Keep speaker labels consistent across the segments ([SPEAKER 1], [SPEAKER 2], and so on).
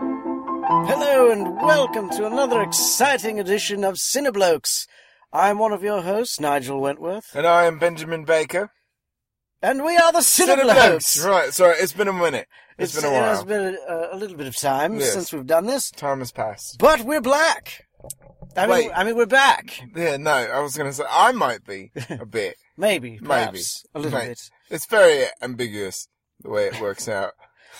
[SPEAKER 1] Hello and welcome to another exciting edition of Cineblokes. I'm one of your hosts, Nigel Wentworth,
[SPEAKER 2] And I am Benjamin Baker.
[SPEAKER 1] and we are the Cineblokes.
[SPEAKER 2] Cineblokes. Right, sorry, it's been a minute. it's been a
[SPEAKER 1] It
[SPEAKER 2] while.
[SPEAKER 1] has been uh, a, a little bit of time
[SPEAKER 2] Yes.
[SPEAKER 1] since we've done this,
[SPEAKER 2] Time has passed.
[SPEAKER 1] but we're black. I mean,
[SPEAKER 2] Wait.
[SPEAKER 1] I mean, we're back.
[SPEAKER 2] Yeah, no, I was going to say, I might be a bit.
[SPEAKER 1] Maybe, perhaps, a little
[SPEAKER 2] Maybe.
[SPEAKER 1] bit.
[SPEAKER 2] It's very ambiguous the way it works out.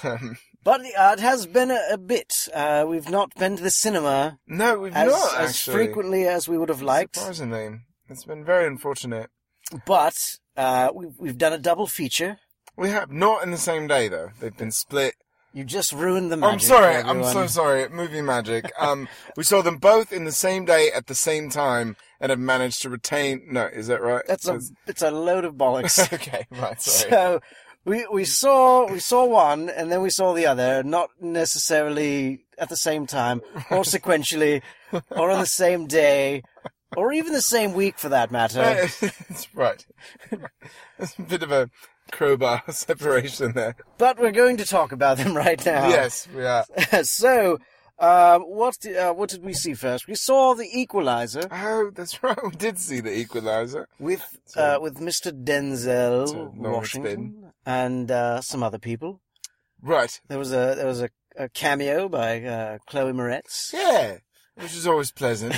[SPEAKER 2] Um,
[SPEAKER 1] But uh, it has been a, a bit. Uh, we've not been to the cinema
[SPEAKER 2] no, we've
[SPEAKER 1] as,
[SPEAKER 2] not
[SPEAKER 1] as
[SPEAKER 2] actually.
[SPEAKER 1] frequently as we would have liked.
[SPEAKER 2] Surprisingly, it's been very unfortunate.
[SPEAKER 1] But uh, we, we've done a double feature.
[SPEAKER 2] We have not in the same day though. They've been split.
[SPEAKER 1] You just ruined the magic.
[SPEAKER 2] I'm sorry.
[SPEAKER 1] for
[SPEAKER 2] I'm so
[SPEAKER 1] everyone.
[SPEAKER 2] sorry. Movie magic. Um, we saw them both in the same day at the same time and have managed to retain. No, is that right?
[SPEAKER 1] That's a it's a load of bollocks.
[SPEAKER 2] okay. Right. Sorry.
[SPEAKER 1] so we we saw we saw one and then we saw the other, not necessarily at the same time or sequentially or on the same day or even the same week for that matter.
[SPEAKER 2] That's right. It's a bit of a crowbar separation there.
[SPEAKER 1] But we're going to talk about them right now.
[SPEAKER 2] Yes, we are.
[SPEAKER 1] so um, what di- uh, what did we see first? We saw the Equalizer
[SPEAKER 2] Oh, that's right. We did see the equalizer.
[SPEAKER 1] with
[SPEAKER 2] So-
[SPEAKER 1] uh, with Mr. Denzel
[SPEAKER 2] So, Norman
[SPEAKER 1] Washington and uh, some other people.
[SPEAKER 2] Right.
[SPEAKER 1] There was a there was a, a cameo by uh, Chloe Moretz
[SPEAKER 2] Yeah. Which is always pleasant.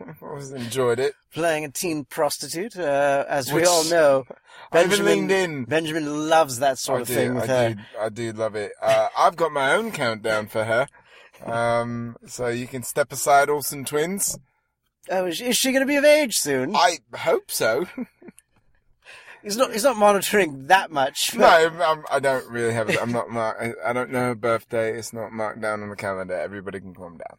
[SPEAKER 2] I've always enjoyed it.
[SPEAKER 1] playing a teen prostitute. Uh, as we
[SPEAKER 2] Which-
[SPEAKER 1] all know,
[SPEAKER 2] I even leaned in.
[SPEAKER 1] Benjamin loves that sort
[SPEAKER 2] I
[SPEAKER 1] of
[SPEAKER 2] do,
[SPEAKER 1] thing
[SPEAKER 2] I
[SPEAKER 1] with her.
[SPEAKER 2] do, I do love it. Uh, I've got my own countdown for her. Um, so you can step aside, Olsen twins.
[SPEAKER 1] Oh, is she, going to be of age soon?
[SPEAKER 2] I hope so.
[SPEAKER 1] he's not. He's not monitoring that much.
[SPEAKER 2] No, I'm, I don't really have. I'm not mark. I- I don't know her birthday. It's not marked down on the calendar. Everybody can calm down.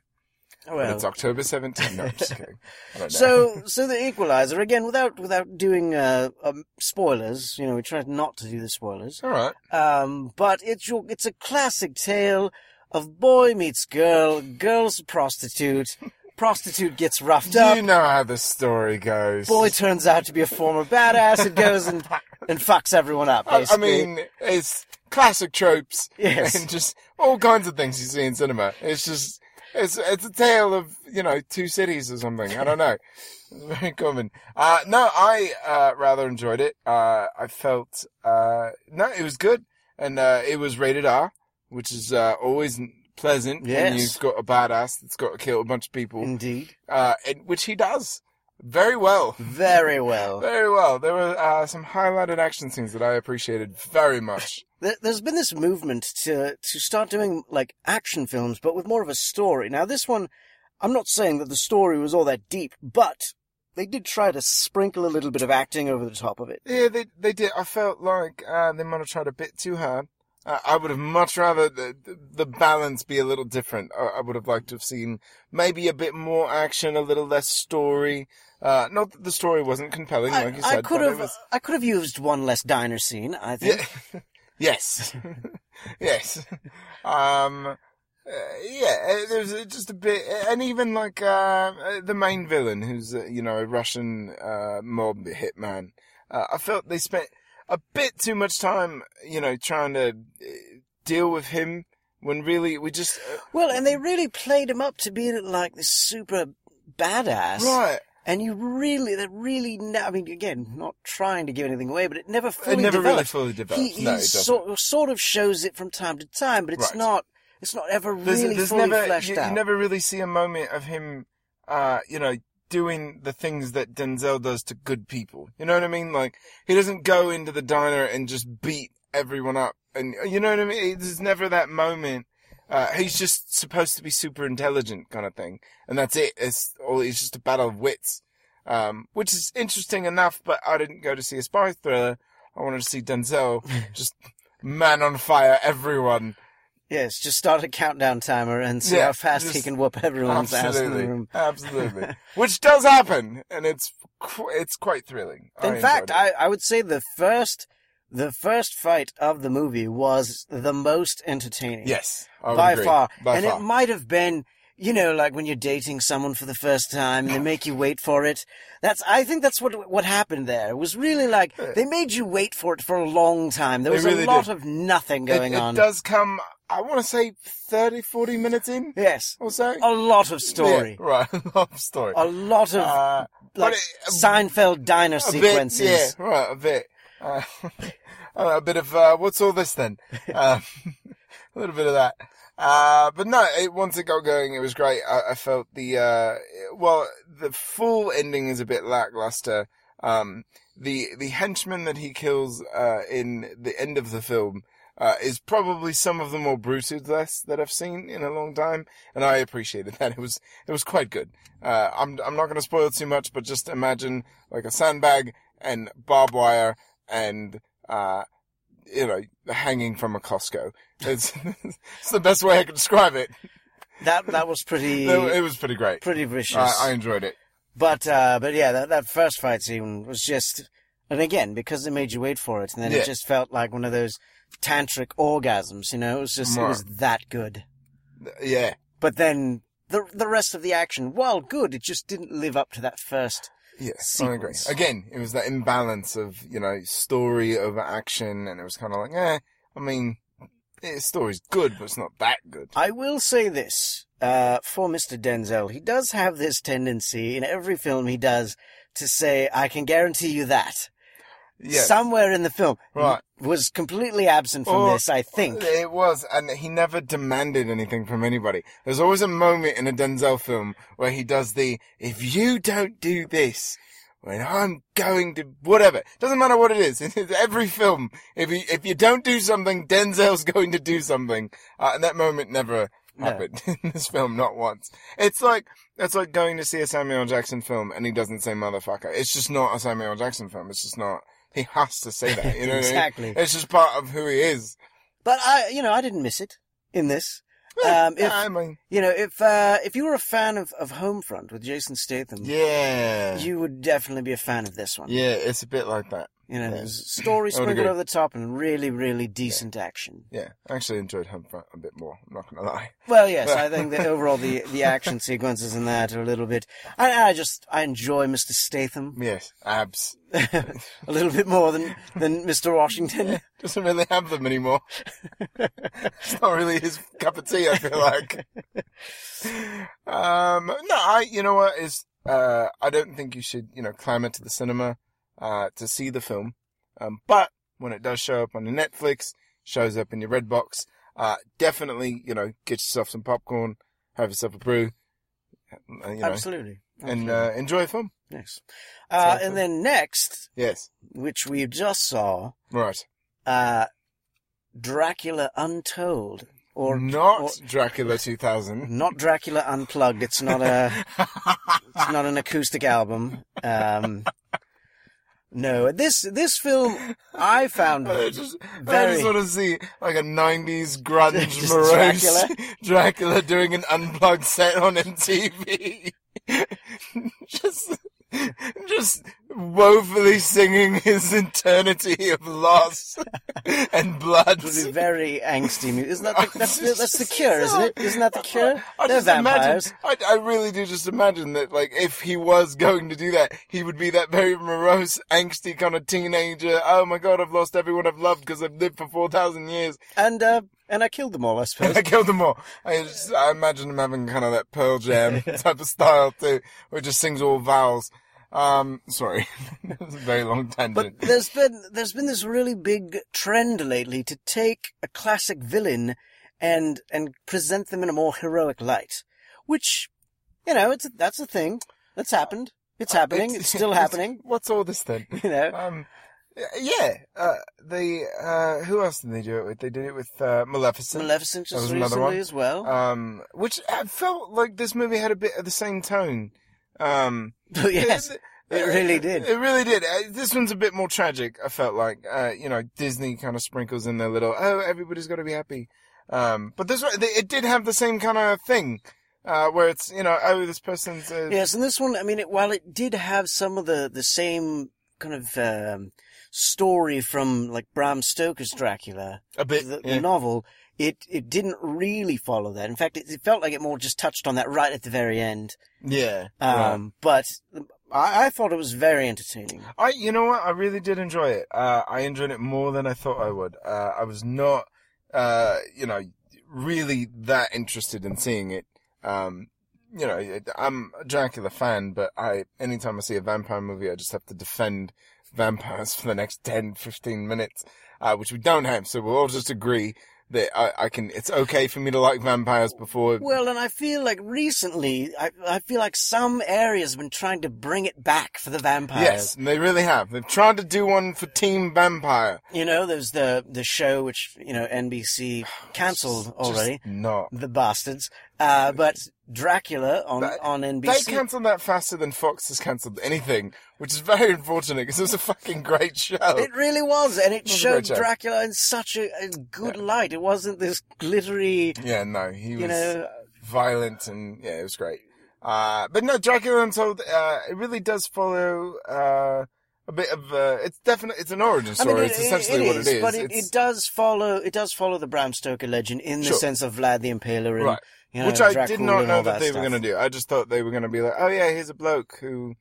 [SPEAKER 1] Oh,
[SPEAKER 2] But
[SPEAKER 1] well.
[SPEAKER 2] it's October 17th. No, I'm just kidding. I don't know.
[SPEAKER 1] So, so the Equalizer again, without without doing uh, um, spoilers. You know, we tried not to do the spoilers.
[SPEAKER 2] all right.
[SPEAKER 1] Um, but it's your, it's a classic tale of boy meets girl, girl's a prostitute, prostitute gets roughed up,
[SPEAKER 2] You know how the story goes.
[SPEAKER 1] boy turns out to be a former badass and goes and, and fucks everyone up.
[SPEAKER 2] I, I
[SPEAKER 1] Basically.
[SPEAKER 2] mean, it's classic tropes.
[SPEAKER 1] Yes.
[SPEAKER 2] And just all kinds of things you see in cinema. It's just, it's, it's a tale of, you know, two cities or something. I don't know. It's very common. Uh, no, I, uh, rather enjoyed it. Uh, I felt, uh, no, it was good. And, uh, it was rated R, which is, uh, always pleasant when
[SPEAKER 1] Yes.
[SPEAKER 2] you've got a badass that's got to kill a bunch of people.
[SPEAKER 1] indeed,
[SPEAKER 2] uh, and, which he does very well.
[SPEAKER 1] very well.
[SPEAKER 2] Very well. There were uh, some highlighted action scenes that I appreciated very much.
[SPEAKER 1] There, there's been this movement to to start doing like action films, but with more of a story. Now, this one, I'm not saying that the story was all that deep, but they did try to sprinkle a little bit of acting over the top of it.
[SPEAKER 2] yeah, they they did. I felt like uh, they might have tried a bit too hard. Uh, I would have much rather the, the balance be a little different. I, I would have liked to have seen maybe a bit more action, a little less story. Uh, not that the story wasn't compelling,
[SPEAKER 1] I,
[SPEAKER 2] like you
[SPEAKER 1] I
[SPEAKER 2] said.
[SPEAKER 1] could
[SPEAKER 2] but it
[SPEAKER 1] have
[SPEAKER 2] was-
[SPEAKER 1] I could have used one less diner scene. I think.
[SPEAKER 2] Yeah. yes. yes. Um, uh, yeah, uh, there's uh, just a bit, and even like, uh, uh, the main villain, who's, uh, you know, a Russian, uh, mob hitman. Uh, I felt they spent a bit too much time, you know, trying to uh, deal with him when really we just, uh,
[SPEAKER 1] Well, and they really played him up to be like this super badass.
[SPEAKER 2] right.
[SPEAKER 1] And you really, that really, ne- I mean, again, not trying to give anything away, but it never fully
[SPEAKER 2] It never really
[SPEAKER 1] develops.
[SPEAKER 2] fully developed.
[SPEAKER 1] He, he
[SPEAKER 2] no, it doesn't.
[SPEAKER 1] sort, sort of shows it from time to time, but it's
[SPEAKER 2] Right.
[SPEAKER 1] not, it's not ever really fully
[SPEAKER 2] never,
[SPEAKER 1] fleshed
[SPEAKER 2] you,
[SPEAKER 1] out.
[SPEAKER 2] You never really see a moment of him, uh, you know, doing the things that Denzel does to good people. You know what I mean? Like he doesn't go into the diner and just beat everyone up, and uh, you know what I mean. There's never that moment. Uh, he's just supposed to be super intelligent, kind of thing, and that's it. It's all. It's just a battle of wits, um, which is interesting enough. But I didn't go to see a spy thriller. I wanted to see Denzel just man on fire everyone.
[SPEAKER 1] Yes, just start a countdown timer and see
[SPEAKER 2] Yeah,
[SPEAKER 1] how fast he
[SPEAKER 2] just-
[SPEAKER 1] can whoop everyone's ass in the room.
[SPEAKER 2] Absolutely. Which does happen, and it's qu- it's quite thrilling.
[SPEAKER 1] In
[SPEAKER 2] I enjoyed
[SPEAKER 1] fact,
[SPEAKER 2] it.
[SPEAKER 1] I, I would say the first, the first fight of the movie was the most entertaining.
[SPEAKER 2] yes, I would
[SPEAKER 1] by
[SPEAKER 2] agree.
[SPEAKER 1] far.
[SPEAKER 2] by
[SPEAKER 1] and
[SPEAKER 2] far.
[SPEAKER 1] it might have been, you know, like when you're dating someone for the first time and they make you wait for it. That's, I think that's what, what happened there. It was really like, they made you wait for it for a long time. There
[SPEAKER 2] Uh, They
[SPEAKER 1] was
[SPEAKER 2] really
[SPEAKER 1] a lot
[SPEAKER 2] did.
[SPEAKER 1] of nothing going
[SPEAKER 2] it, it
[SPEAKER 1] on.
[SPEAKER 2] does come, I want to say 30, 40 minutes in
[SPEAKER 1] Yes.
[SPEAKER 2] or so.
[SPEAKER 1] A lot of story.
[SPEAKER 2] Yeah, right, love story.
[SPEAKER 1] A lot of,
[SPEAKER 2] Uh, but
[SPEAKER 1] like,
[SPEAKER 2] it-
[SPEAKER 1] Seinfeld diner
[SPEAKER 2] a
[SPEAKER 1] sequences.
[SPEAKER 2] Bit, yeah, right, a bit. Uh, a bit of, uh, what's all this then? Uh, a little bit of that. Uh, but no, it, once it got going, it was great. I, I felt the, uh, well, the full ending is a bit lackluster. Um, the, the henchman that he kills, uh, in the end of the film, uh, is probably some of the more brutalist that I've seen in a long time, and I appreciated that. It was it was quite good. Uh, I'm I'm not going to spoil too much, but just imagine like a sandbag and barbed wire and uh, you know hanging from a Costco. It's it's the best way I could describe it.
[SPEAKER 1] That, that was pretty,
[SPEAKER 2] It was pretty great.
[SPEAKER 1] pretty vicious.
[SPEAKER 2] I, I enjoyed it.
[SPEAKER 1] But uh, but yeah, that that first fight scene was just, and again because they made you wait for it, and then
[SPEAKER 2] Yeah.
[SPEAKER 1] it just felt like one of those tantric orgasms. You know, it was just it
[SPEAKER 2] Right.
[SPEAKER 1] was that good.
[SPEAKER 2] Yeah,
[SPEAKER 1] But then the the rest of the action, while good, it just didn't live up to that first.
[SPEAKER 2] Yes,
[SPEAKER 1] sequence.
[SPEAKER 2] I agree. Again, it was that imbalance of, you know, story over action, and it was kind of like, eh, I mean, eh, story's good, but it's not that good.
[SPEAKER 1] I will say this uh, for Mr. Denzel, he does have this tendency in every film he does to say, "I can guarantee you that."
[SPEAKER 2] Yeah.
[SPEAKER 1] Somewhere in the film
[SPEAKER 2] Right.
[SPEAKER 1] was completely absent from
[SPEAKER 2] Or-
[SPEAKER 1] this, I think.
[SPEAKER 2] It was, and he never demanded anything from anybody. There's always a moment in a Denzel film where he does the, if you don't do this, when I'm going to whatever, doesn't matter what it is. In every film, if you if you don't do something, Denzel's going to do something, uh, and that moment never
[SPEAKER 1] No.
[SPEAKER 2] happened in this film, not once. It's like it's like going to see a Samuel L. Jackson film and he doesn't say motherfucker. It's just not a Samuel L. Jackson film. It's just not. He has to say that. You know what I mean?
[SPEAKER 1] Exactly.
[SPEAKER 2] It's just part of who he is.
[SPEAKER 1] But I, you know, I didn't miss it in this. Um, if
[SPEAKER 2] I mean,
[SPEAKER 1] you know, if uh, if you were a fan of, of Homefront with Jason Statham,
[SPEAKER 2] yeah,
[SPEAKER 1] you would definitely be a fan of this one.
[SPEAKER 2] yeah, it's a bit like that.
[SPEAKER 1] You know,
[SPEAKER 2] Yeah.
[SPEAKER 1] there's story
[SPEAKER 2] I would
[SPEAKER 1] sprinkled
[SPEAKER 2] agree.
[SPEAKER 1] over the top and really, really decent action.
[SPEAKER 2] Yeah, I actually enjoyed Homefront a bit more. I'm not gonna lie.
[SPEAKER 1] Well, yes, I think that overall the, the action sequences in that are a little bit. I, I just I enjoy Mr. Statham
[SPEAKER 2] Yes, abs
[SPEAKER 1] a little bit more than than Mr. Washington.
[SPEAKER 2] doesn't really have them anymore. it's not really his cup of tea. I feel like. um, no, I. You know what is? Uh, I don't think you should. You know, clamor to the cinema uh, to see the film. Um, but when it does show up on the Netflix, shows up in your red box, uh, definitely. You know, get yourself some popcorn, have yourself a brew. uh, You know,
[SPEAKER 1] Absolutely.
[SPEAKER 2] and
[SPEAKER 1] Absolutely.
[SPEAKER 2] uh, enjoy a film.
[SPEAKER 1] yes, uh,
[SPEAKER 2] Statham.
[SPEAKER 1] and then next,
[SPEAKER 2] Yes.
[SPEAKER 1] which we just saw,
[SPEAKER 2] Right.
[SPEAKER 1] uh, Dracula Untold or
[SPEAKER 2] not
[SPEAKER 1] or-
[SPEAKER 2] Dracula 2000.
[SPEAKER 1] not Dracula Unplugged. It's not a it's not an acoustic album. Um, no, this this film I found
[SPEAKER 2] I just, I
[SPEAKER 1] Very.
[SPEAKER 2] just want to see like a 90s grunge
[SPEAKER 1] Just
[SPEAKER 2] morose Dracula.
[SPEAKER 1] Dracula.
[SPEAKER 2] doing an unplugged set on MTV. just, just woefully singing his eternity of loss and blood.
[SPEAKER 1] would be very angsty. mu- Isn't that the, that's, the, that's the cure? Isn't it? Isn't that the cure?
[SPEAKER 2] I
[SPEAKER 1] They're
[SPEAKER 2] just
[SPEAKER 1] vampires.
[SPEAKER 2] imagine. I, I really do just imagine that, like, if he was going to do that, he would be that very morose, angsty kind of teenager. Oh my god, I've lost everyone I've loved because I've lived for four thousand years.
[SPEAKER 1] And uh, and I killed them all, I suppose.
[SPEAKER 2] I killed them all. I, just, I imagine him having kind of that Pearl Jam type of style too, where he just sings all vowels. Um, sorry, that was a very long tangent.
[SPEAKER 1] But there's been there's been this really big trend lately to take a classic villain and and present them in a more heroic light, which you know it's that's a thing that's happened. It's happening. It's, still
[SPEAKER 2] Uh, it's-
[SPEAKER 1] happening.
[SPEAKER 2] What's all this then?
[SPEAKER 1] You know.
[SPEAKER 2] Um, yeah. Uh, they. Uh, who else did they do it with? They did it with uh, Maleficent.
[SPEAKER 1] Maleficent
[SPEAKER 2] That was
[SPEAKER 1] just
[SPEAKER 2] another one.
[SPEAKER 1] recently as well.
[SPEAKER 2] um, which I felt like this movie had a bit of the same tone. Um,
[SPEAKER 1] yes,
[SPEAKER 2] it,
[SPEAKER 1] it really did.
[SPEAKER 2] It really did. Uh, this one's a bit more tragic. I felt like, uh, you know, Disney kind of sprinkles in their little, oh, everybody's got to be happy. Um, but this one, they- it did have the same kind of thing, uh, where it's, you know, oh, this person's, uh,
[SPEAKER 1] Yes, and this one, I mean, it, while it did have some of the the same kind of um, story from like Bram Stoker's Dracula,
[SPEAKER 2] A bit.
[SPEAKER 1] the,
[SPEAKER 2] yeah.
[SPEAKER 1] the novel, it it didn't really follow that. In fact, it, it felt like it more just touched on that right at the very end.
[SPEAKER 2] yeah. right.
[SPEAKER 1] Um, But I, I thought it was very entertaining.
[SPEAKER 2] I, you know what? I really did enjoy it. Uh, I enjoyed it more than I thought I would. Uh, I was not, uh, you know, really that interested in seeing it. Um, you know, it- I'm a Dracula fan, but I, anytime I see a vampire movie, I just have to defend vampires for the next 10, 15 minutes, uh, which we don't have. So we'll all just agree that I, I can, it's okay for me to like vampires before.
[SPEAKER 1] Well, and I feel like recently, I, I feel like some areas have been trying to bring it back for the vampires.
[SPEAKER 2] Yes, and they really have. They've tried to do one for Team Vampire.
[SPEAKER 1] You know, there's the, the show which, you know, NBC cancelled
[SPEAKER 2] Just
[SPEAKER 1] already.
[SPEAKER 2] not.
[SPEAKER 1] the bastards. Uh, but Dracula on,
[SPEAKER 2] That-
[SPEAKER 1] on NBC.
[SPEAKER 2] They cancelled that faster than Fox has cancelled anything, which is very unfortunate because it was a fucking great show.
[SPEAKER 1] It really was, and it
[SPEAKER 2] was a
[SPEAKER 1] showed
[SPEAKER 2] great show.
[SPEAKER 1] Dracula in such a, a good light. It wasn't this glittery,
[SPEAKER 2] yeah, no, he was
[SPEAKER 1] you know.
[SPEAKER 2] violent and yeah, it was great. Uh, but no, Dracula Untold, uh, it really does follow, uh, a bit of, uh, it's definitely, it's an origin
[SPEAKER 1] I
[SPEAKER 2] story. it's essentially what it is.
[SPEAKER 1] but it,
[SPEAKER 2] It's-
[SPEAKER 1] it does follow. It does follow the Bram Stoker legend in the
[SPEAKER 2] Sure.
[SPEAKER 1] sense of Vlad the Impaler, and,
[SPEAKER 2] Right.
[SPEAKER 1] you know,
[SPEAKER 2] Which I
[SPEAKER 1] Dracula
[SPEAKER 2] did not
[SPEAKER 1] and
[SPEAKER 2] know
[SPEAKER 1] all
[SPEAKER 2] that, they were
[SPEAKER 1] stuff.
[SPEAKER 2] going to do. I just thought they were going to be like, oh yeah, here's a bloke who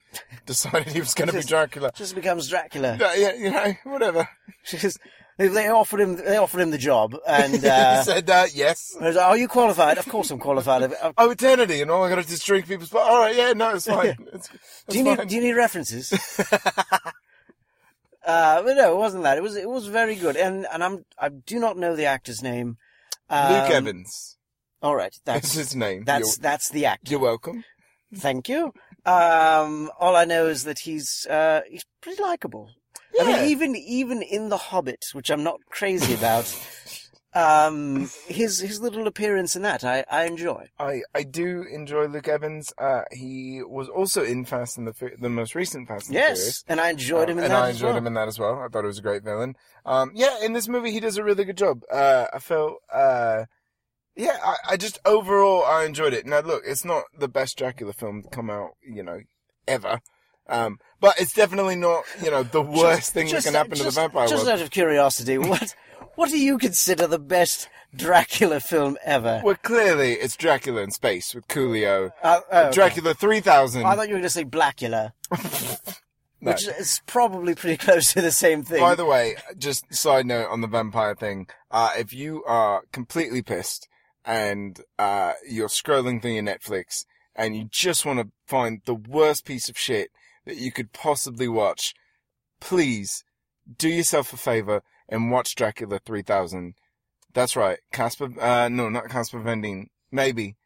[SPEAKER 2] decided he was going to be
[SPEAKER 1] Just-
[SPEAKER 2] Dracula.
[SPEAKER 1] Just becomes Dracula.
[SPEAKER 2] Yeah, yeah, you know, whatever.
[SPEAKER 1] Just- they- they offered him. They offered him the job, and uh,
[SPEAKER 2] he said that, yes.
[SPEAKER 1] I was like, are you qualified? Of course, I'm qualified. Uh,
[SPEAKER 2] Oh, eternity, and all I gotta do is drink people's blood. All right, yeah, no, it's fine. It's, it's
[SPEAKER 1] Do you
[SPEAKER 2] fine.
[SPEAKER 1] need Do you need references? uh, but no, it wasn't that. It was it was very good, and and I'm I do not know the actor's name. Um,
[SPEAKER 2] Luke Evans.
[SPEAKER 1] All right, that's
[SPEAKER 2] That's his name.
[SPEAKER 1] that's that's the actor.
[SPEAKER 2] you're, you're welcome.
[SPEAKER 1] Thank you. Um, all I know is that he's uh, he's pretty likable. I
[SPEAKER 2] Yeah.
[SPEAKER 1] mean, even even in The Hobbit, which I'm not crazy about, um, his his little appearance in that I, I enjoy.
[SPEAKER 2] I, I do enjoy Luke Evans. Uh, he was also in Fast and the Fu- the most recent Fast and the Furious.
[SPEAKER 1] Yes, and I enjoyed him in
[SPEAKER 2] Uh, and
[SPEAKER 1] that.
[SPEAKER 2] I
[SPEAKER 1] as
[SPEAKER 2] enjoyed
[SPEAKER 1] well.
[SPEAKER 2] him in that as well. I thought he was a great villain. Um, yeah, in this movie, he does a really good job. Uh, I felt, uh, yeah, I, I just overall I enjoyed it. Now, look, it's not the best Dracula film to come out, you know, ever. Um, but it's definitely not, you know, the worst thing
[SPEAKER 1] Just-
[SPEAKER 2] that can happen to
[SPEAKER 1] just-
[SPEAKER 2] the vampire
[SPEAKER 1] Just
[SPEAKER 2] world.
[SPEAKER 1] out of curiosity, what what do you consider the best Dracula film ever?
[SPEAKER 2] Well, clearly it's Dracula in space with Coolio.
[SPEAKER 1] Uh, oh, okay.
[SPEAKER 2] Dracula 3000.
[SPEAKER 1] I thought you were going to say Blackula,
[SPEAKER 2] No.
[SPEAKER 1] which is probably pretty close to the same thing.
[SPEAKER 2] By the way, just side note on the vampire thing. Uh, if you are completely pissed and, uh, you're scrolling through your Netflix and you just want to find the worst piece of shit that you could possibly watch, please do yourself a favor and watch Dracula 3000. That's right. Casper, uh, no, not Casper Van Dien. Maybe.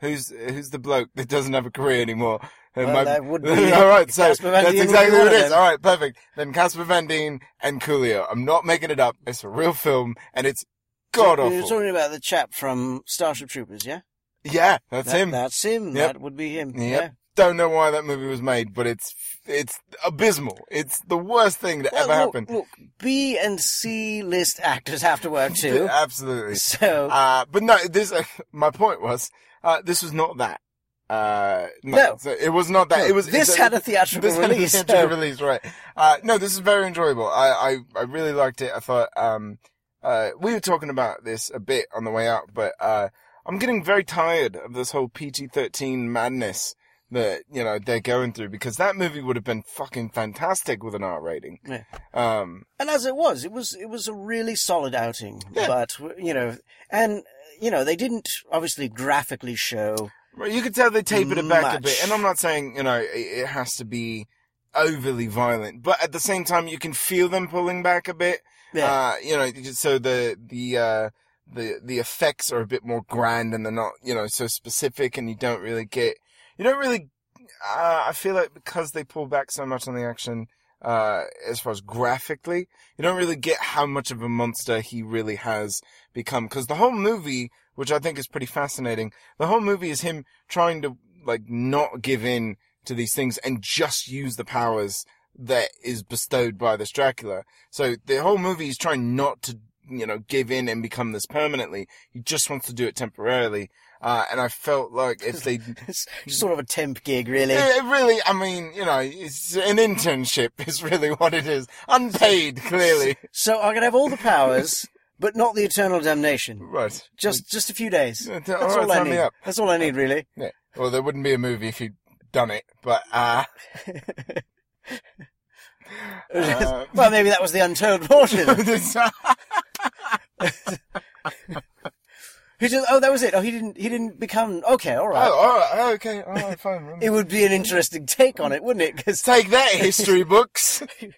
[SPEAKER 2] Who's, who's the bloke that doesn't have a career anymore? Who
[SPEAKER 1] Well,
[SPEAKER 2] might-
[SPEAKER 1] that would be-
[SPEAKER 2] All right, so
[SPEAKER 1] Casper Van
[SPEAKER 2] that's
[SPEAKER 1] Dien would be
[SPEAKER 2] exactly
[SPEAKER 1] one
[SPEAKER 2] what it
[SPEAKER 1] of
[SPEAKER 2] is.
[SPEAKER 1] them.
[SPEAKER 2] All right, perfect. Then Casper Van Dien and Coolio. I'm not making it up. It's a real film, and it's god
[SPEAKER 1] You're
[SPEAKER 2] awful.
[SPEAKER 1] talking about the chap from Starship Troopers, yeah?
[SPEAKER 2] Yeah, that's
[SPEAKER 1] That-
[SPEAKER 2] him.
[SPEAKER 1] That's him.
[SPEAKER 2] Yep.
[SPEAKER 1] That would be him.
[SPEAKER 2] Yep.
[SPEAKER 1] Yeah.
[SPEAKER 2] Don't know why that movie was made, but it's it's abysmal. It's the worst thing that
[SPEAKER 1] Well,
[SPEAKER 2] ever
[SPEAKER 1] look,
[SPEAKER 2] happened.
[SPEAKER 1] look, B and C list actors have to work too.
[SPEAKER 2] Absolutely.
[SPEAKER 1] So
[SPEAKER 2] Uh, but no, this, my point was, uh, this was not that. Uh, no,
[SPEAKER 1] No.
[SPEAKER 2] So it was not that. Uh, it was,
[SPEAKER 1] this
[SPEAKER 2] it's
[SPEAKER 1] had a theatrical
[SPEAKER 2] this had a
[SPEAKER 1] release.
[SPEAKER 2] theatrical
[SPEAKER 1] so-
[SPEAKER 2] release, right. Uh, no, this is very enjoyable. I, I, I really liked it. I thought, um, uh, we were talking about this a bit on the way out, but, uh, I'm getting very tired of this whole PG-13 madness that, you know, they're going through because that movie would have been fucking fantastic with an R rating.
[SPEAKER 1] Yeah.
[SPEAKER 2] Um,
[SPEAKER 1] And as it was, it was it was a really solid outing.
[SPEAKER 2] Yeah.
[SPEAKER 1] But you know, and you know, they didn't obviously graphically show.
[SPEAKER 2] Right, you could tell they tapered it back a
[SPEAKER 1] Much.
[SPEAKER 2] bit, and I'm not saying you know it, it has to be overly violent, but at the same time you can feel them pulling back a bit.
[SPEAKER 1] Yeah,
[SPEAKER 2] Uh, you know, just so the the uh, the the effects are a bit more grand, and they're not you know so specific, and you don't really get you don't really. Uh, I feel like because they pull back so much on the action, uh, as far as graphically, you don't really get how much of a monster he really has become. Because the whole movie, which I think is pretty fascinating, the whole movie is him trying to like not give in to these things and just use the powers that is bestowed by this Dracula. So the whole movie is trying not to, you know, give in and become this permanently. He just wants to do it temporarily. Uh, and I felt like if they,
[SPEAKER 1] It's sort of a temp gig, really.
[SPEAKER 2] it really, I mean, you know, it's an internship is really what it is. Unpaid, clearly.
[SPEAKER 1] So I can have all the powers, but not the eternal damnation.
[SPEAKER 2] Right.
[SPEAKER 1] Just just a few days.
[SPEAKER 2] Mm. Yeah,
[SPEAKER 1] That's
[SPEAKER 2] all right,
[SPEAKER 1] all I
[SPEAKER 2] uh, sign me
[SPEAKER 1] need.
[SPEAKER 2] up.
[SPEAKER 1] That's all I need, really.
[SPEAKER 2] Yeah. Well, there wouldn't be a movie if you'd done it, but, uh, uh,
[SPEAKER 1] well, maybe that was the untold portion. He just, oh, that was it. Oh, he didn't. He didn't become. Okay, all right.
[SPEAKER 2] Oh, all right. Oh, okay. All right. Fine.
[SPEAKER 1] It would be an interesting take on it, wouldn't it? Because
[SPEAKER 2] Take that, history books.
[SPEAKER 1] it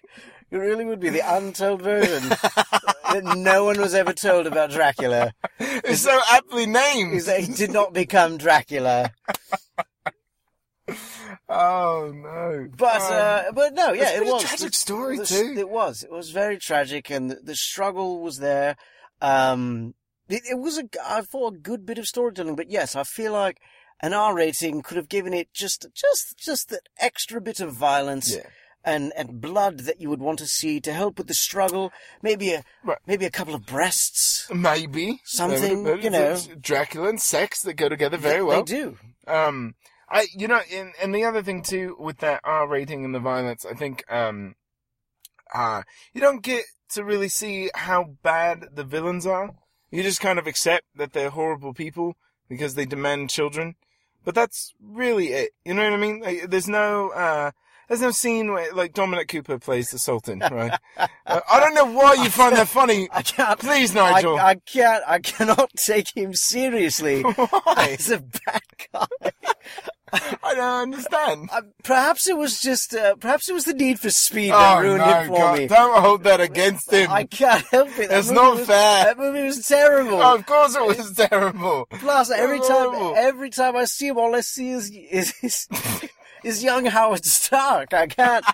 [SPEAKER 1] really would be the untold version that no one was ever told about Dracula.
[SPEAKER 2] It's so aptly
[SPEAKER 1] Is
[SPEAKER 2] named.
[SPEAKER 1] that he did not become Dracula.
[SPEAKER 2] Oh no!
[SPEAKER 1] But
[SPEAKER 2] Um,
[SPEAKER 1] uh, but no, yeah,
[SPEAKER 2] it's
[SPEAKER 1] it
[SPEAKER 2] been a
[SPEAKER 1] was
[SPEAKER 2] tragic story,
[SPEAKER 1] This-
[SPEAKER 2] too.
[SPEAKER 1] It was. It was very tragic, and the, the struggle was there. Um, it, it was a, g- I thought a good bit of storytelling, but yes, I feel like an R rating could have given it just just just that extra bit of violence
[SPEAKER 2] yeah.
[SPEAKER 1] and and blood that you would want to see to help with the struggle. Maybe a
[SPEAKER 2] Right.
[SPEAKER 1] maybe a couple of breasts.
[SPEAKER 2] Maybe
[SPEAKER 1] Something,
[SPEAKER 2] Maybe.
[SPEAKER 1] you know.
[SPEAKER 2] Dracula and sex that go together very
[SPEAKER 1] They-
[SPEAKER 2] well.
[SPEAKER 1] They do.
[SPEAKER 2] Um, I, you know, and, and the other thing too with that R rating and the violence, I think, um, uh, you don't get to really see how bad the villains are. You just kind of accept that they're horrible people because they demand children. But that's really it. You know what I mean? Like, there's no, uh, there's no scene where, like, Dominic Cooper plays the Sultan, right? Uh, I don't know why you find that funny.
[SPEAKER 1] I can't.
[SPEAKER 2] Please,
[SPEAKER 1] I,
[SPEAKER 2] Nigel.
[SPEAKER 1] I can't. I cannot take him seriously.
[SPEAKER 2] why?
[SPEAKER 1] He's a bad guy.
[SPEAKER 2] I don't understand.
[SPEAKER 1] Uh, perhaps it was just, uh, perhaps it was the need for speed that
[SPEAKER 2] Oh,
[SPEAKER 1] ruined
[SPEAKER 2] no,
[SPEAKER 1] it for
[SPEAKER 2] God,
[SPEAKER 1] me.
[SPEAKER 2] Don't hold that against him.
[SPEAKER 1] I can't help it. That
[SPEAKER 2] It's
[SPEAKER 1] movie
[SPEAKER 2] not
[SPEAKER 1] was-
[SPEAKER 2] fair.
[SPEAKER 1] That movie was terrible.
[SPEAKER 2] Oh, of course it was terrible.
[SPEAKER 1] Plus, every time,
[SPEAKER 2] horrible.
[SPEAKER 1] every time I see him, all I see is is is, is young Howard Stark. I can't,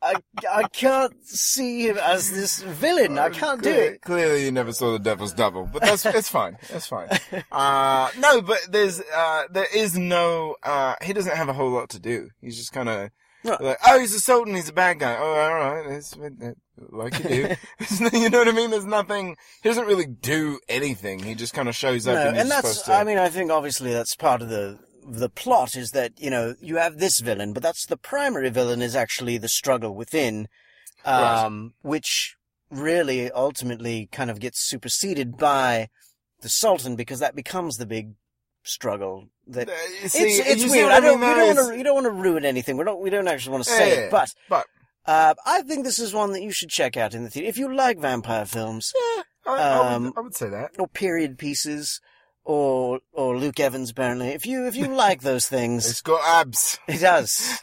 [SPEAKER 1] I, I can't see him as this villain.
[SPEAKER 2] Oh,
[SPEAKER 1] I can't do
[SPEAKER 2] Clear-
[SPEAKER 1] it.
[SPEAKER 2] Clearly, you never saw the Devil's Double, but that's it's fine. It's fine. Uh, no, but there's uh, there is no. Uh, he doesn't have a whole lot to do. He's just kind of.
[SPEAKER 1] Right.
[SPEAKER 2] Like, oh, he's a sultan. He's a bad guy. Oh, all right. That's what- that- like you do. you know what I mean? There's nothing. He doesn't really do anything. He just kind of shows up.
[SPEAKER 1] No,
[SPEAKER 2] and, he's
[SPEAKER 1] and
[SPEAKER 2] supposed
[SPEAKER 1] that's,
[SPEAKER 2] to,
[SPEAKER 1] I mean, I think obviously that's part of the the plot is that you know you have this villain, but that's the primary villain is actually the struggle within, um, which really ultimately kind of gets superseded by the Sultan because that becomes the big struggle that.
[SPEAKER 2] Uh, you see,
[SPEAKER 1] it's it's
[SPEAKER 2] you see
[SPEAKER 1] weird.
[SPEAKER 2] what
[SPEAKER 1] I don't,
[SPEAKER 2] mean,
[SPEAKER 1] we
[SPEAKER 2] though?
[SPEAKER 1] don't
[SPEAKER 2] It's-
[SPEAKER 1] want to. You don't want to ruin anything. We're not. We don't actually want to say
[SPEAKER 2] Yeah.
[SPEAKER 1] it. But
[SPEAKER 2] But
[SPEAKER 1] uh, I think this is one that you should check out in the theater if you like vampire films
[SPEAKER 2] yeah, I, I, would,
[SPEAKER 1] Um,
[SPEAKER 2] I would say that.
[SPEAKER 1] or period pieces or or Luke Evans apparently. If you if you like those things,
[SPEAKER 2] It's got abs.
[SPEAKER 1] he does.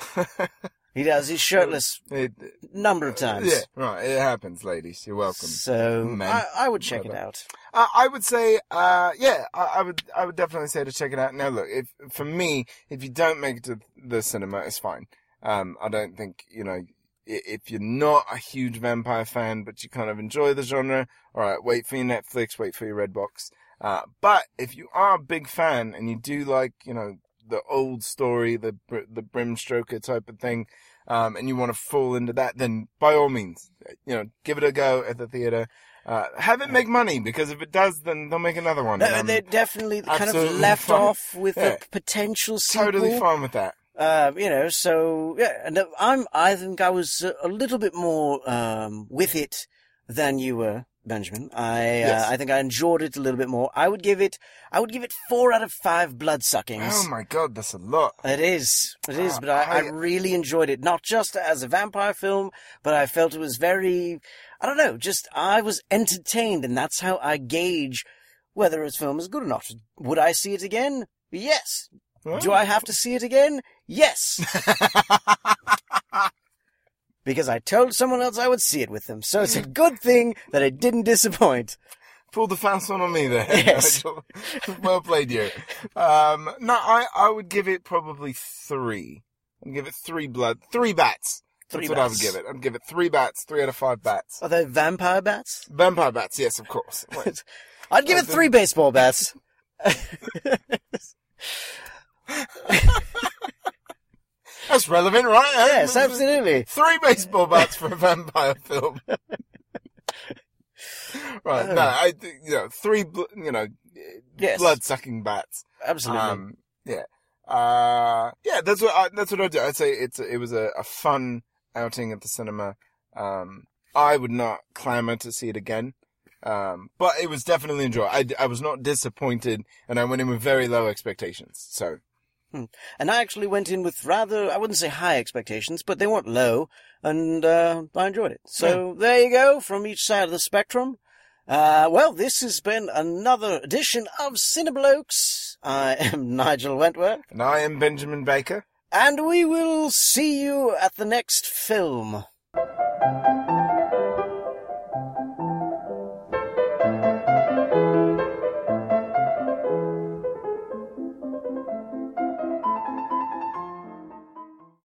[SPEAKER 1] He does. He's shirtless
[SPEAKER 2] It-
[SPEAKER 1] a number of times.
[SPEAKER 2] yeah, right. It happens, ladies. You're welcome.
[SPEAKER 1] So
[SPEAKER 2] Man.
[SPEAKER 1] I, I would check it
[SPEAKER 2] Whatever.
[SPEAKER 1] out.
[SPEAKER 2] Uh, I would say, uh, yeah, I, I would, I would definitely say to check it out. Now, look, if for me, if you don't make it to the cinema, it's fine. Um, I don't think you know i- if you're not a huge vampire fan, but you kind of enjoy the genre. All right, wait for your Netflix, wait for your Redbox. Uh, but if you are a big fan and you do like, you know, the old story, the br- the Bram Stoker type of thing, um, and you want to fall into that, then by all means, you know, give it a go at the theater. Uh, have it make money because if it does, then they'll make another one. and
[SPEAKER 1] No,
[SPEAKER 2] I'm
[SPEAKER 1] they're definitely kind of
[SPEAKER 2] absolutely
[SPEAKER 1] left
[SPEAKER 2] fine.
[SPEAKER 1] off with
[SPEAKER 2] Yeah.
[SPEAKER 1] the potential sequel.
[SPEAKER 2] totally fine with that.
[SPEAKER 1] Uh, you know, so yeah, and I'm. I think I was a- a little bit more um, with it than you were, Benjamin. I
[SPEAKER 2] Yes.
[SPEAKER 1] uh, I think I enjoyed it a little bit more. I would give it. I would give it four out of five blood suckings.
[SPEAKER 2] Oh my god, that's a lot.
[SPEAKER 1] It is. It is,
[SPEAKER 2] Ah,
[SPEAKER 1] but I, I,
[SPEAKER 2] I-
[SPEAKER 1] really enjoyed it. Not just as a vampire film, but I felt it was very, I don't know, just I was entertained, and that's how I gauge whether a film is good or not. Would I see it again? Yes. Do I have to see it again? Yes. because I told someone else I would see it with them. So it's a good thing that it didn't disappoint.
[SPEAKER 2] Pull the fast one on me there.
[SPEAKER 1] Yes.
[SPEAKER 2] well played, you. Um, no, I, I would give it probably three. I'd give it three blood, three bats.
[SPEAKER 1] Three
[SPEAKER 2] That's what I would
[SPEAKER 1] bats. Uh,
[SPEAKER 2] give it. I'd give it three bats, three out of five bats.
[SPEAKER 1] Are they vampire bats?
[SPEAKER 2] Vampire bats, yes, of course. Wait.
[SPEAKER 1] I'd give it three baseball bats.
[SPEAKER 2] That's relevant, right?
[SPEAKER 1] Yes, absolutely.
[SPEAKER 2] Three baseball bats for a vampire film. Right.
[SPEAKER 1] Oh.
[SPEAKER 2] No, I, th- you know, three, bl- you know,
[SPEAKER 1] Yes.
[SPEAKER 2] blood sucking bats.
[SPEAKER 1] Absolutely.
[SPEAKER 2] Um, yeah. Uh, yeah, that's what I, that's what I do. I'd say it's, a- it was a, a fun outing at the cinema. Um, I would not clamor to see it again. Um, but it was definitely enjoyable. I, d- I was not disappointed and I went in with very low expectations. So
[SPEAKER 1] and I actually went in with rather, I wouldn't say high expectations, but they weren't low, and uh, I enjoyed it. So there you go, from each side of the spectrum. Uh, well, this has been another edition of Cineblokes. I am Nigel Wentworth,
[SPEAKER 2] And I am Benjamin Baker.
[SPEAKER 1] and we will see you at the next film.